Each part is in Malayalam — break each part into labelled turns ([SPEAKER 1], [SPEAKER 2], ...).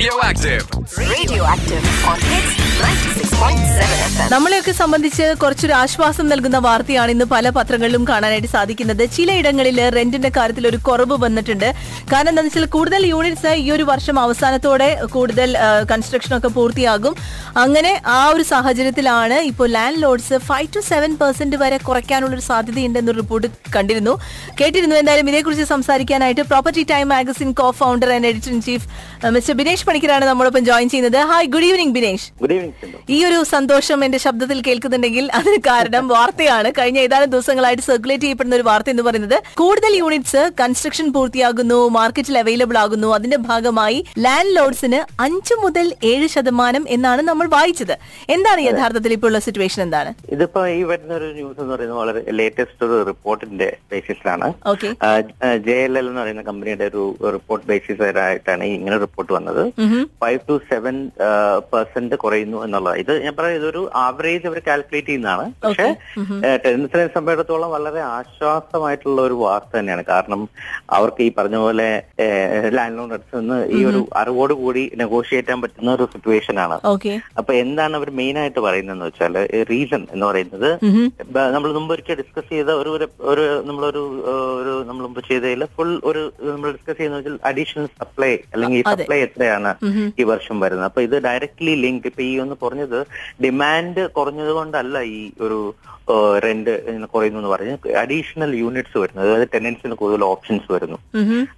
[SPEAKER 1] Radioactive.
[SPEAKER 2] Radioactive on Hits 96.7 FM.
[SPEAKER 3] നമ്മളെയൊക്കെ സംബന്ധിച്ച് കുറച്ചൊരു ആശ്വാസം നൽകുന്ന വാർത്തയാണ് ഇന്ന് പല പത്രങ്ങളിലും കാണാനായിട്ട് സാധിക്കുന്നത് ചിലയിടങ്ങളിൽ റെന്റിന്റെ കാര്യത്തിൽ ഒരു കുറവ് വന്നിട്ടുണ്ട് കാരണം എന്താണെന്ന് വെച്ചാൽ കൂടുതൽ യൂണിറ്റ്സ് ഈ ഒരു വർഷം അവസാനത്തോടെ കൂടുതൽ കൺസ്ട്രക്ഷൻ ഒക്കെ പൂർത്തിയാകും അങ്ങനെ ആ ഒരു സാഹചര്യത്തിലാണ് ഇപ്പോൾ landlords five to seven percent വരെ കുറയ്ക്കാനുള്ളൊരു സാധ്യതയുണ്ടെന്നൊരു റിപ്പോർട്ട് കണ്ടിരുന്നു കേട്ടിരുന്നു എന്തായാലും ഇതിനെക്കുറിച്ച് സംസാരിക്കാനായിട്ട് property time magazine co founder and editor in chief mister Binesh പണിക്കരാണ് നമ്മളൊപ്പം ജോയിൻ ചെയ്യുന്നത് hi good evening Binesh
[SPEAKER 4] good evening Sindhu
[SPEAKER 3] ഈ ഒരു സന്തോഷം എന്റെ ശബ്ദത്തിൽ കേൾക്കുന്നുണ്ടെങ്കിൽ അതിന് കാരണം വാർത്തയാണ് കഴിഞ്ഞ ഏതാനും ദിവസങ്ങളായിട്ട് സർക്കുലേറ്റ് ചെയ്യപ്പെടുന്ന ഒരു വാർത്ത എന്ന് പറയുന്നത് കൂടുതൽ യൂണിറ്റ്സ് കൺസ്ട്രക്ഷൻ പൂർത്തിയാകുന്നു മാർക്കറ്റിൽ അവൈലബിൾ ആകുന്നു അതിന്റെ ഭാഗമായി ലാൻഡ് ലോഡ്സിന് അഞ്ചു മുതൽ ഏഴ് ശതമാനം എന്നാണ് നമ്മൾ വായിച്ചത് എന്താണ് യഥാർത്ഥത്തിൽ ഇപ്പോൾ ഉള്ള സിറ്റുവേഷൻ എന്താണ്
[SPEAKER 4] ഇതിപ്പോ ഈ വരുന്ന ഒരു ന്യൂസ് എന്ന് പറയുന്നത് വളരെ ലേറ്റസ്റ്റ് ഒരു റിപ്പോർട്ടിന്റെ ബേസിസിലാണ്
[SPEAKER 3] ഓക്കെ
[SPEAKER 4] ജെ എൽ എൽ എന്ന് പറയുന്ന കമ്പനിയുടെ ഒരു റിപ്പോർട്ട് ബേസിസ് ആയിട്ടാണ് ഈ ഇങ്ങനെ റിപ്പോർട്ട് വന്നത് ഫൈവ് ടു സെവൻ പെർസെന്റ് കുറയുന്നു എന്നുള്ളത് ഇത് ഞാൻ പറയാം ഇതൊരു ആവറേജ് അവർ കാൽക്കുലേറ്റ് ചെയ്യുന്നതാണ് പക്ഷേ ടെൻസിനെ സംബന്ധിച്ചിടത്തോളം വളരെ ആശ്വാസമായിട്ടുള്ള ഒരു വാർത്ത തന്നെയാണ് കാരണം അവർക്ക് ഈ പറഞ്ഞ പോലെ ലാൻഡ് ലോൺ നിന്ന് ഈ ഒരു അറിവോട് കൂടി നെഗോഷിയേറ്റ് ചെയ്യാൻ പറ്റുന്ന ഒരു സിറ്റുവേഷൻ ആണ്
[SPEAKER 3] ഓക്കെ
[SPEAKER 4] അപ്പൊ എന്താണ് അവർ മെയിൻ ആയിട്ട് പറയുന്നതെന്ന് വെച്ചാൽ റീസൺ എന്ന് പറയുന്നത് നമ്മൾ മുമ്പ് ഒരിക്കൽ ഡിസ്കസ് ചെയ്ത ഒരു ഒരു- ഒരു നമ്മളൊരു ഏഹ്, ഒരു നമ്മൾ മുമ്പ് ചെയ്തതിൽ ഫുൾ ഒരു നമ്മൾ ഡിസ്കസ് ചെയ്യുന്ന വെച്ചാൽ അഡീഷണൽ സപ്ലൈ അല്ലെങ്കിൽ
[SPEAKER 3] അതെ.
[SPEAKER 4] സപ്ലൈ എത്രയാണ് ഈ വർഷം വരുന്നത് അപ്പൊ ഇത് ഡയറക്ട്ലി ലിങ്ക് ഇപ്പൊ ഈ ഒന്ന് കുറഞ്ഞത് ഡിമാൻഡ് കുറഞ്ഞത് കൊണ്ടല്ല ഈ ഒരു റെന്റ് കുറയുന്നു എന്ന് പറഞ്ഞ് അഡീഷണൽ യൂണിറ്റ്സ് വരുന്നത് അതായത് ടെനൻസിന് കൂടുതൽ ഓപ്ഷൻസ് വരുന്നു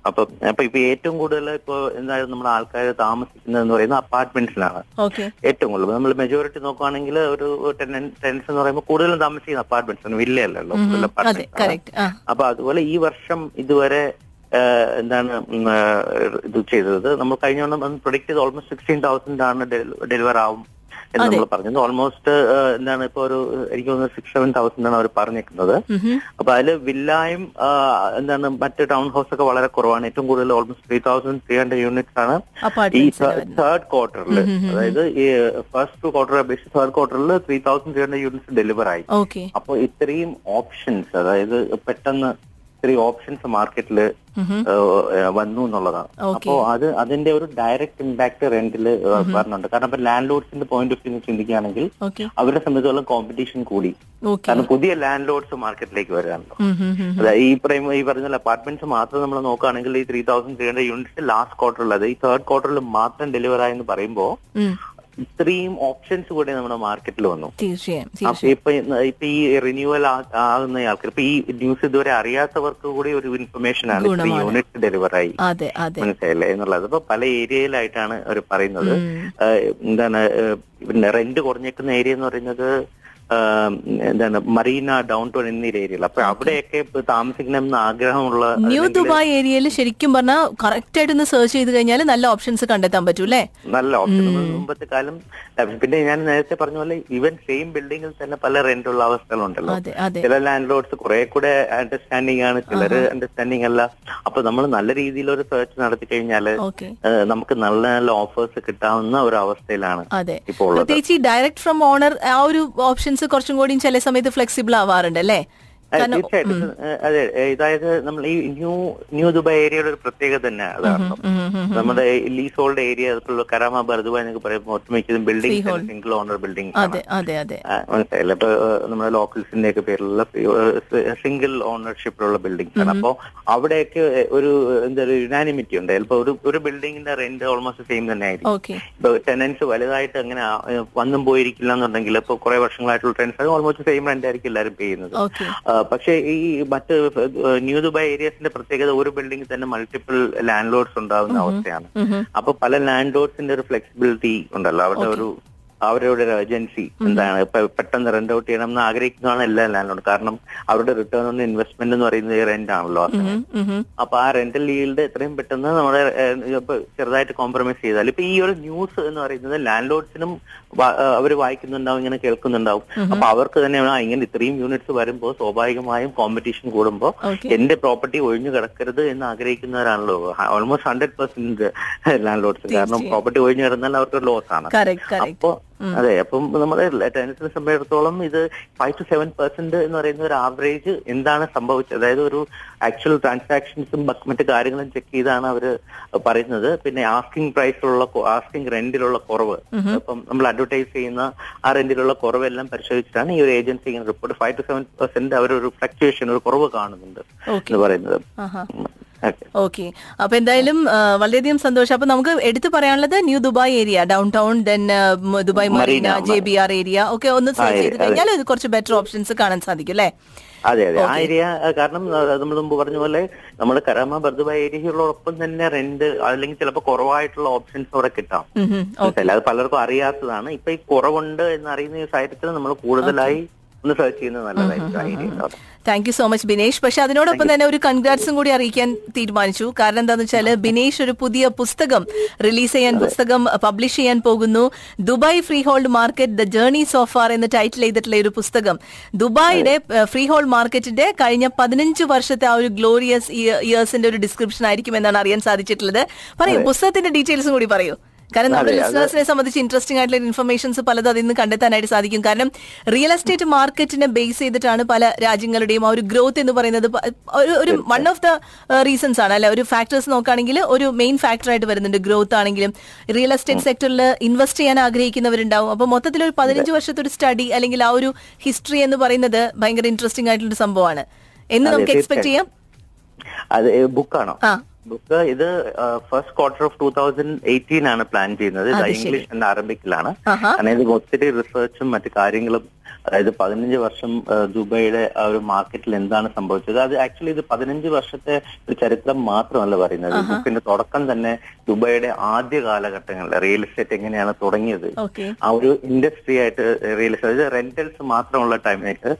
[SPEAKER 4] അപ്പൊ അപ്പൊ ഇപ്പൊ ഏറ്റവും കൂടുതൽ ഇപ്പൊ എന്തായാലും നമ്മുടെ ആൾക്കാർ താമസിക്കുന്നതെന്ന് പറയുന്നത് അപ്പാർട്ട്മെന്റ്സിലാണ്
[SPEAKER 3] ഓക്കെ
[SPEAKER 4] ഏറ്റവും കൂടുതൽ നമ്മൾ മെജോറിറ്റി നോക്കുകയാണെങ്കിൽ ഒരു ടെൻസ് എന്ന് പറയുമ്പോൾ കൂടുതലും താമസിക്കുന്ന അപ്പാർട്ട്മെന്റ്സ് വില്ലയല്ലല്ലോ കൂടുതൽ
[SPEAKER 3] അതെ
[SPEAKER 4] apartments ആണ്.
[SPEAKER 3] കറക്റ്റ് ആ
[SPEAKER 4] അപ്പൊ അതുപോലെ ഈ വർഷം ഇതുവരെ ഏഹ്, എന്താണ് ഉം, ഏഹ്, ഇത് ചെയ്തത് നമ്മൾ കഴിഞ്ഞ തവണ പ്രൊഡിക്ട് ചെയ്ത് ഓൾമോസ്റ്റ് സിക്സ്റ്റീൻ തൗസൻഡ് ആണ് ഡെലിവർ ആവും എന്ന് നമ്മൾ പറഞ്ഞത് ഓൾമോസ്റ്റ് എന്താണ് ഇപ്പൊ ഒരു എനിക്ക് തോന്നുന്നത് സിക്സ് സെവൻ തൗസൻഡ് ആണ് അവർ പറഞ്ഞിരിക്കുന്നത് അപ്പൊ അതിൽ വില്ലായും ആ, എന്താണ് മറ്റ് ടൗൺ ഹൗസ് ഒക്കെ വളരെ കുറവാണ് ഏറ്റവും കൂടുതൽ almost three thousand three hundred units ആണ് ഈ
[SPEAKER 3] Apartments ആണ് വരുന്നത്.
[SPEAKER 4] തേർഡ് ക്വാർട്ടറിൽ അതായത് ഈ ഫസ്റ്റ് ടു ക്വാർട്ടർ അപേക്ഷിച്ച് തേർഡ് ക്വാർട്ടറിൽ three thousand three hundred units deliver ആയി
[SPEAKER 3] ഓക്കെ
[SPEAKER 4] അപ്പോൾ ഇത്രയും ഓപ്ഷൻസ് അതായത് പെട്ടെന്ന് ഇത്രയും ഓപ്ഷൻസ് മാർക്കറ്റിൽ വന്നു എന്നുള്ളതാണ്
[SPEAKER 3] Okay.
[SPEAKER 4] അപ്പോ അത് അതിന്റെ ഒരു ഡയറക്റ്റ് ഇമ്പാക്ട് റെന്റിൽ വരുന്നുണ്ട് കാരണം ഇപ്പൊ ലാൻഡ് ലോഡ്സിന്റെ പോയിന്റ് ഓഫ് വ്യൂ ചിന്തിക്കുകയാണെങ്കിൽ
[SPEAKER 3] ഓക്കെ
[SPEAKER 4] അവരെ സംബന്ധിച്ചോളം കോമ്പറ്റീഷൻ കൂടി
[SPEAKER 3] ഓക്കെ
[SPEAKER 4] കാരണം പുതിയ ലാൻഡ് ലോഡ്സ് മാർക്കറ്റിലേക്ക് വരാണല്ലോ
[SPEAKER 3] Mm-hmm.
[SPEAKER 4] അതായത് ഈ പറയും ഈ പറഞ്ഞ അപ്പാർട്ട്മെന്റ്സ് മാത്രം നമ്മൾ നോക്കുകയാണെങ്കിൽ ഈ three thousand three hundred units last ക്വാർട്ടറിൽ അത് ഈ തേർഡ് ക്വാർട്ടറിൽ മാത്രം ഡെലിവർ ആയെന്ന് പറയുമ്പോൾ ഇത്രയും ഓപ്ഷൻസ് കൂടി നമ്മുടെ മാർക്കറ്റിൽ വന്നു
[SPEAKER 3] തീർച്ചയായും
[SPEAKER 4] അപ്പൊ ഇപ്പൊ ഇന്ന് ഇപ്പൊ ഈ റിന്യൂവൽ ആകുന്ന ആൾക്കാർ ഇപ്പൊ ഈ ന്യൂസ് ഇതുവരെ അറിയാത്തവർക്ക് കൂടി ഒരു ഇൻഫർമേഷൻ ആണ് ഇപ്പൊ ഈ
[SPEAKER 3] ഗുണമാണ്.
[SPEAKER 4] യൂണിറ്റ് ഡെലിവർ ആയി
[SPEAKER 3] അതെ അതെ
[SPEAKER 4] മനസ്സിലായില്ലേ എന്നുള്ളത് അപ്പൊ പല ഏരിയയിലായിട്ടാണ് അവർ പറയുന്നത് ഏഹ് എന്താണ് ഏഹ് പിന്നെ റെന്റ് കുറഞ്ഞേക്കുന്ന ഏരിയ എന്ന് പറയുന്നത് ഏഹ് എന്താണ് മറീന ഡൗൺ ടൗൺ എന്നീ ഏരിയകൾ അപ്പൊ അവിടെയൊക്കെ ഇപ്പൊ താമസിക്കണമെന്ന് ആഗ്രഹമുള്ള
[SPEAKER 3] ന്യൂ
[SPEAKER 4] അല്ലെങ്കിൽ
[SPEAKER 3] ദുബായ് ഏരിയയിൽ ശരിക്കും പറഞ്ഞാൽ കറക്റ്റ് ആയിട്ട് ഒന്ന് സെർച്ച് ചെയ്ത് കഴിഞ്ഞാൽ നല്ല ഓപ്ഷൻസ് കണ്ടെത്താൻ പറ്റൂ അല്ലേ
[SPEAKER 4] നല്ല ഓപ്ഷൻ മുമ്പത്തെ കാലം പിന്നെ ഞാൻ നേരത്തെ പറഞ്ഞ പോലെ ഈവൻ സെയിം ബിൽഡിങ്ങിൽ തന്നെ പല rent ഉള്ള അവസ്ഥകളുണ്ടല്ലോ
[SPEAKER 3] അതെ അതെ
[SPEAKER 4] ചില ലാൻഡ് ലോഡ്സ് കുറെ കൂടെ അണ്ടർസ്റ്റാൻഡിംഗ് ആണ് ചിലര് അണ്ടർസ്റ്റാൻഡിംഗ് അല്ല അപ്പൊ നമ്മൾ നല്ല രീതിയിൽ ഒരു സെർച്ച് നടത്തി കഴിഞ്ഞാല്
[SPEAKER 3] ഓക്കെ
[SPEAKER 4] ഏഹ് നമുക്ക് നല്ല നല്ല ഓഫേഴ്സ് കിട്ടാവുന്ന ഒരു അവസ്ഥയിലാണ്
[SPEAKER 3] അതെ
[SPEAKER 4] ഇപ്പോൾ ഉള്ളത്
[SPEAKER 3] പ്രത്യേകിച്ച് ഈ ഡയറക്റ്റ് ഫ്രം ഓണർ ആ ഒരു ഓപ്ഷൻസ് കുറച്ചും കൂടി ചില സമയത്ത് ഫ്ലെക്സിബിൾ ആവാറുണ്ട് അല്ലേ
[SPEAKER 4] ഏഹ്
[SPEAKER 3] കാരണം
[SPEAKER 4] തീർച്ചയായിട്ടും ഏഹ് അതെ ഏഹ് ഇതായത് നമ്മൾ ഈ ന്യൂ ന്യൂ ദുബായ് ഏരിയയുടെ ഒരു പ്രത്യേകത തന്നെ അതാണ് നമ്മുടെ ലീസ് ഹോൾഡ് ഏരിയ അതുപോലെ കരാമ ബർദുബ എന്നൊക്കെ പറയുമ്പോൾ ഒട്ടുമിക്കതും ബിൽഡിംഗ് സിംഗിൾ ഓണർ ബിൽഡിംഗ് ആണ്
[SPEAKER 3] അതെ അതെ അതെ
[SPEAKER 4] ആ, മനസ്സിലായില്ല ഇപ്പൊ ഏഹ്, നമ്മുടെ ലോക്കൽസിന്റെ ഒക്കെ പേരിലുള്ള സിംഗിൾ ഓണർഷിപ്പിലുള്ള ബിൽഡിംഗ്സ് ആണ് അപ്പോ അവിടെയൊക്കെ ഒരു എന്താ ഒരു യുനാനിമിറ്റി ഉണ്ട് ചിലപ്പോ ഒരു ഒരു ബിൽഡിംഗിന്റെ റെന്റ് ഓൾമോസ്റ്റ് സെയിം തന്നെ ആയിരിക്കും
[SPEAKER 3] ഓക്കെ
[SPEAKER 4] ഇപ്പൊ ടെനൻസ് വലുതായിട്ട് അങ്ങനെ ആ, ഏഹ്, വന്നും പോയിരിക്കില്ല എന്നുണ്ടെങ്കിൽ ഇപ്പൊ കുറെ വർഷങ്ങളായിട്ടുള്ള ടെനൻസ് ഓൾമോസ്റ്റ് സെയിം റെന്റ് ആയിരിക്കും എല്ലാവരും പേ ചെയ്യുന്നത്
[SPEAKER 3] ഓക്കെ
[SPEAKER 4] ആ, പക്ഷേ ഈ മറ്റ് ഏഹ്, ന്യൂ ദുബായ് ഏരിയസിന്റെ പ്രത്യേകത ഒരു ബിൽഡിംഗിൽ തന്നെ മൾട്ടിപ്പിൾ ലാൻഡ് ലോഡ്സ് ഉണ്ടാകുന്ന അവസ്ഥയാണ് അപ്പൊ പല ലാൻഡ് ലോഡ്സിന്റെ ഒരു ഫ്ലെക്സിബിലിറ്റി ഉണ്ടല്ലോ അവരുടെ ഒരു അവരുടെ ഒരു ഏജൻസി എന്താണ് ഇപ്പൊ പെട്ടെന്ന് റെന്റ് ഔട്ട് ചെയ്യണം എന്ന് ആഗ്രഹിക്കുന്നതാണ് എല്ലാ ലാൻഡ് ലോഡ് കാരണം അവരുടെ റിട്ടേൺ ഓൺ ഇൻവെസ്റ്റ്മെന്റ് എന്ന് പറയുന്നത് ഈ റെന്റ് ആണല്ലോ അപ്പൊ ആ റെന്റൽ ഈൽഡ് എത്രയും പെട്ടെന്ന് നമ്മുടെ ഏഹ്, ഇപ്പൊ ചെറുതായിട്ട് കോംപ്രമൈസ് ചെയ്താൽ ഇപ്പൊ ഈ ഒരു ന്യൂസ് എന്ന് പറയുന്നത് ലാൻഡ് ലോഡ്സിനും അവർ വായിക്കുന്നുണ്ടാവും ഇങ്ങനെ കേൾക്കുന്നുണ്ടാവും അപ്പൊ അവർക്ക് തന്നെ ആ, ഇങ്ങനെ ഇത്രയും യൂണിറ്റ്സ് വരുമ്പോൾ സ്വാഭാവികമായും കോമ്പറ്റീഷൻ കൂടുമ്പോൾ
[SPEAKER 3] Okay.
[SPEAKER 4] എന്റെ പ്രോപ്പർട്ടി ഒഴിഞ്ഞു കിടക്കരുത് എന്ന് ആഗ്രഹിക്കുന്നവരാണല്ലോ almost hundred percent landlords കാരണം
[SPEAKER 3] തീർച്ചയായും.
[SPEAKER 4] പ്രോപ്പർട്ടി ഒഴിഞ്ഞു കിടന്നാൽ അവർക്ക് ലോസ് ആണ്
[SPEAKER 3] കറക്റ്റ് കറക്റ്റ്
[SPEAKER 4] അപ്പോ അതെ അപ്പം നമ്മുടെ ടെൻസിനെ സംബന്ധിച്ചിടത്തോളം ഇത് ഫൈവ് ടു സെവൻ പെർസെന്റ് എന്ന് പറയുന്ന ഒരു ആവറേജ് എന്താണ് സംഭവിച്ചത് അതായത് ഒരു ആക്ച്വൽ ട്രാൻസാക്ഷൻസും മറ്റു കാര്യങ്ങളും ചെക്ക് ചെയ്താണ് അവർ പറയുന്നത് പിന്നെ ആസ്കിംഗ് പ്രൈസിലുള്ള ആസ്കിംഗ് റെന്റിലുള്ള കുറവ് അപ്പം നമ്മൾ അഡ്വർടൈസ് ചെയ്യുന്ന ആ റെന്റിലുള്ള കുറവെല്ലാം പരിശോധിച്ചിട്ടാണ് ഈ ഒരു ഏജൻസി ഇങ്ങനെ report five to seven percent അവരൊരു ഫ്ലക്ച്വേഷൻ ഒരു കുറവ് കാണുന്നുണ്ട്
[SPEAKER 3] Okay.
[SPEAKER 4] എന്ന് പറയുന്നത്
[SPEAKER 3] ആഹാ
[SPEAKER 4] ഓക്കെ
[SPEAKER 3] ഓക്കെ അപ്പൊ എന്തായാലും ആ, വളരെയധികം സന്തോഷം അപ്പൊ നമുക്ക് എടുത്തു പറയാനുള്ളത് new Dubai area downtown then Dubai
[SPEAKER 4] Marina,
[SPEAKER 3] Marina J B R area ഒക്കെ ഒന്ന്
[SPEAKER 4] ആ,
[SPEAKER 3] സെർച്ച് ചെയ്ത്
[SPEAKER 4] അതെ.
[SPEAKER 3] കഴിഞ്ഞാൽ ഇത് കുറച്ച് ബെറ്റർ ഓപ്ഷൻസ് കാണാൻ സാധിക്കും അല്ലേ
[SPEAKER 4] അതെ അതെ ആ ഏരിയ കാരണം നമ്മൾ മുമ്പ് പറഞ്ഞ പോലെ നമ്മുടെ കരാമ ബർദുബ ഏരിയകളോടൊപ്പം തന്നെ റെന്റ് അല്ലെങ്കിൽ ചിലപ്പോൾ കുറവായിട്ടുള്ള ഓപ്ഷൻസ് അവിടെ കിട്ടാം
[SPEAKER 3] ഉം ഉം.
[SPEAKER 4] മനസ്സിലായി? അത് പലർക്കും അറിയാത്തതാണ് ഇപ്പൊ ഈ കുറവുണ്ട് എന്ന് അറിയുന്ന ഈ സാഹചര്യത്തിൽ നമ്മൾ കൂടുതലായി ഒന്ന് സെർച്ച് ചെയ്യുന്നത് നല്ലതായിരിക്കും ആ area
[SPEAKER 3] thank you so much Binesh പക്ഷെ അതിനോടൊപ്പം തന്നെ ഒരു കൺഗ്രാറ്റ്സും കൂടി അറിയിക്കാൻ തീരുമാനിച്ചു കാരണം എന്താന്ന് വെച്ചാൽ ബിനേഷ് ഒരു പുതിയ പുസ്തകം റിലീസ് ചെയ്യാൻ പുസ്തകം പബ്ലിഷ് ചെയ്യാൻ പോകുന്നു Dubai free hold market the journey so far എന്ന് ടൈറ്റിൽ ചെയ്തിട്ടുള്ള ഒരു പുസ്തകം ദുബായിയുടെ ഫ്രീ ഹോൾഡ് മാർക്കറ്റിന്റെ കഴിഞ്ഞ പതിനഞ്ച് വർഷത്തെ ആ ഒരു ഗ്ലോറിയസ് ഇയേഴ്സിന്റെ ഒരു ഡിസ്ക്രിപ്ഷൻ ആയിരിക്കും എന്നാണ് അറിയാൻ സാധിച്ചിട്ടുള്ളത് പറയൂ പുസ്തകത്തിന്റെ ഡീറ്റെയിൽസും കൂടി പറയൂ കാരണം നമ്മുടെ
[SPEAKER 4] അതെ, അത്
[SPEAKER 3] ബിസിനസിനെ സംബന്ധിച്ച് ഇൻട്രസ്റ്റിംഗ് ആയിട്ടുള്ള ഇൻഫർമേഷൻസ് പലതും അതിൽ നിന്ന് കണ്ടെത്താനായിട്ട് സാധിക്കും കാരണം റിയൽ എസ്റ്റേറ്റ് മാർക്കറ്റിനെ ബേസ് ചെയ്തിട്ടാണ് പല രാജ്യങ്ങളുടെയും ആ ഒരു ഗ്രോത്ത് എന്ന് പറയുന്നത് പ- ഒരു ഒരു വൺ ഓഫ് ദ റീസൺസ് ആണ് അല്ലെ ഒരു ഫാക്ടേഴ്സ് നോക്കുകയാണെങ്കിൽ ഒരു മെയിൻ ഫാക്ടർ ആയിട്ട് വരുന്നുണ്ട് ഗ്രോത്ത് ആണെങ്കിലും റിയൽ എസ്റ്റേറ്റ് സെക്ടറിൽ ഇൻവെസ്റ്റ് ചെയ്യാൻ ആഗ്രഹിക്കുന്നവരുണ്ടാവും അപ്പോൾ മൊത്തത്തിൽ ഒരു പതിനഞ്ച് വർഷത്തെ ഒരു സ്റ്റഡി അല്ലെങ്കിൽ ആ ഒരു ഹിസ്റ്ററി എന്ന് പറയുന്നത് ഭയങ്കര ഇൻട്രസ്റ്റിംഗ് ആയിട്ടുള്ള ഒരു സംഭവമാണ് എന്ന്
[SPEAKER 4] അതെ,
[SPEAKER 3] നമുക്ക് എക്സ്പെക്ട് ചെയ്യാം
[SPEAKER 4] തീർച്ചയായും. അത് ബുക്കാണോ
[SPEAKER 3] ആ.
[SPEAKER 4] ബുക്ക് ഇത് first quarter of two thousand eighteen ആണ് പ്ലാൻ ചെയ്യുന്നത് ഇത്
[SPEAKER 3] അത് ശരി.
[SPEAKER 4] ഇംഗ്ലീഷ് എന്ന അറബിക്കിലാണ്
[SPEAKER 3] ആഹാ.
[SPEAKER 4] കാരണം ഇത് ഒത്തിരി റിസർച്ചും മറ്റു കാര്യങ്ങളും അതായത് പതിനഞ്ച് വർഷം ആ, ദുബായിയുടെ ആ ഒരു മാർക്കറ്റിൽ എന്താണ് സംഭവിച്ചത് അത് ആക്ച്വലി ഇത് പതിനഞ്ച് വർഷത്തെ ഒരു ചരിത്രം മാത്രമല്ല പറയുന്നത് ബുക്കിന്റെ തുടക്കം തന്നെ ദുബായിയുടെ ആദ്യ കാലഘട്ടങ്ങളിൽ റിയൽ എസ്റ്റേറ്റ് എങ്ങനെയാണ് തുടങ്ങിയത്
[SPEAKER 3] ഓക്കെ
[SPEAKER 4] ആ ഒരു ഇൻഡസ്ട്രി ആയിട്ട് റിയൽ എസ്റ്റേറ്റ് റെന്റൽസ് മാത്രമുള്ള ടൈമായിട്ട്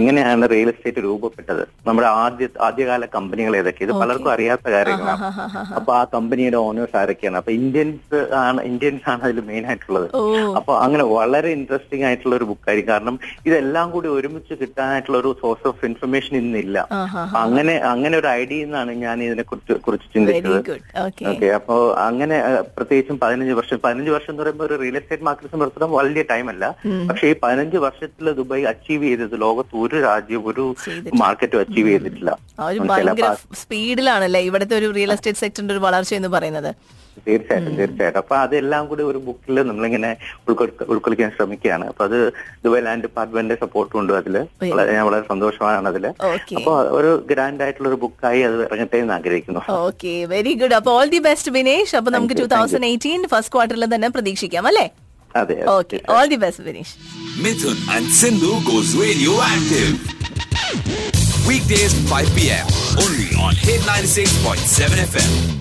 [SPEAKER 4] എങ്ങനെയാണ് റിയൽ എസ്റ്റേറ്റ് രൂപപ്പെട്ടത് നമ്മുടെ ആദ്യ ആദ്യകാല കമ്പനികൾ ഏതൊക്കെ ഇത് പലർക്കും അറിയാത്ത കാര്യങ്ങളാണ് അപ്പൊ ആ കമ്പനിയുടെ ഓണേഴ്സ് ആരൊക്കെയാണ് അപ്പൊ ഇന്ത്യൻസ് ആണ് ഇന്ത്യൻസ് ആണ് അതിൽ മെയിൻ ആയിട്ടുള്ളത്
[SPEAKER 3] ഓ
[SPEAKER 4] അപ്പൊ അങ്ങനെ വളരെ ഇൻട്രസ്റ്റിംഗ് ആയിട്ടുള്ള ഒരു ബുക്കായിരിക്കും കാരണം ഇതെല്ലാം കൂടി ഒരുമിച്ച് കിട്ടാനായിട്ടുള്ള ഒരു സോഴ്സ് ഓഫ് ഇൻഫർമേഷൻ ഇന്നില്ല
[SPEAKER 3] ആഹാ
[SPEAKER 4] അങ്ങനെ അങ്ങനെ ഒരു ഐഡിയ എന്നാണ് ഞാൻ ഇതിനെ കുറിച്ച് കുറിച്ച്
[SPEAKER 3] വെരി
[SPEAKER 4] ചിന്തിച്ചത്
[SPEAKER 3] ഗുഡ് ഓക്കെ
[SPEAKER 4] ഓക്കെ അപ്പോ അങ്ങനെ ആ, പ്രത്യേകിച്ചും പതിനഞ്ച് വർഷം പതിനഞ്ച് വർഷം എന്ന് പറയുമ്പോൾ ഒരു റിയൽ എസ്റ്റേറ്റ് മാർക്കറ്റ് സംബന്ധിച്ചിടത്തോളം വലിയ ടൈം അല്ല പക്ഷേ ഈ പതിനഞ്ച് വർഷത്തിൽ ദുബായ് അച്ചീവ് ചെയ്തത് ലോകത്ത് ഒരു രാജ്യം ഒരു മാർക്കറ്റും അച്ചീവ് ചെയ്തിട്ടില്ല
[SPEAKER 3] ആ ഒരു
[SPEAKER 4] മനസ്സിലായി?
[SPEAKER 3] ഭയങ്കര
[SPEAKER 4] അപ്പൊ
[SPEAKER 3] സ്പീഡിലാണല്ലേ ഇവിടുത്തെ ഒരു റിയൽ എസ്റ്റേറ്റ് സെക്ടറിന്റെ ഒരു വളർച്ച എന്ന് പറയുന്നത്
[SPEAKER 4] തീർച്ചയായിട്ടും തീർച്ചയായിട്ടും അപ്പൊ അതെല്ലാം കൂടി ഒരു ബുക്കിൽ നമ്മളിങ്ങനെ ഉൾക്കൊ- ഉൾക്കൊള്ളിക്കാൻ ശ്രമിക്കുകയാണ് അപ്പൊ അത് ദുബായ് ലാൻഡ് ഡിപ്പാർട്ട്മെന്റിന്റെ സപ്പോർട്ടും ഉണ്ട് അതില് വളരെ- ഞാൻ വളരെ സന്തോഷമാണ് അതില്
[SPEAKER 3] ഓക്കെ
[SPEAKER 4] അപ്പൊ ഒരു ഗ്രാൻഡ് ആയിട്ടുള്ള ഒരു ബുക്കായി അത് ഇറങ്ങട്ടെ എന്ന് ആഗ്രഹിക്കുന്നു
[SPEAKER 3] ഓക്കെ വെരി ഗുഡ് അപ്പൊ ഓൾ ദി ബെസ്റ്റ് ബിനേഷ് അപ്പൊ നമുക്ക് two
[SPEAKER 4] you, thank
[SPEAKER 3] thousand eighteen first ക്വാർട്ടറിൽ തന്നെ പ്രതീക്ഷിക്കാം അല്ലേ
[SPEAKER 4] അതെ അതെ.
[SPEAKER 3] Okay all the best Binesh
[SPEAKER 1] Mithun and Sindhu goes radioactive. Weekdays 5 p.m. Only on Hit 96.7 FM.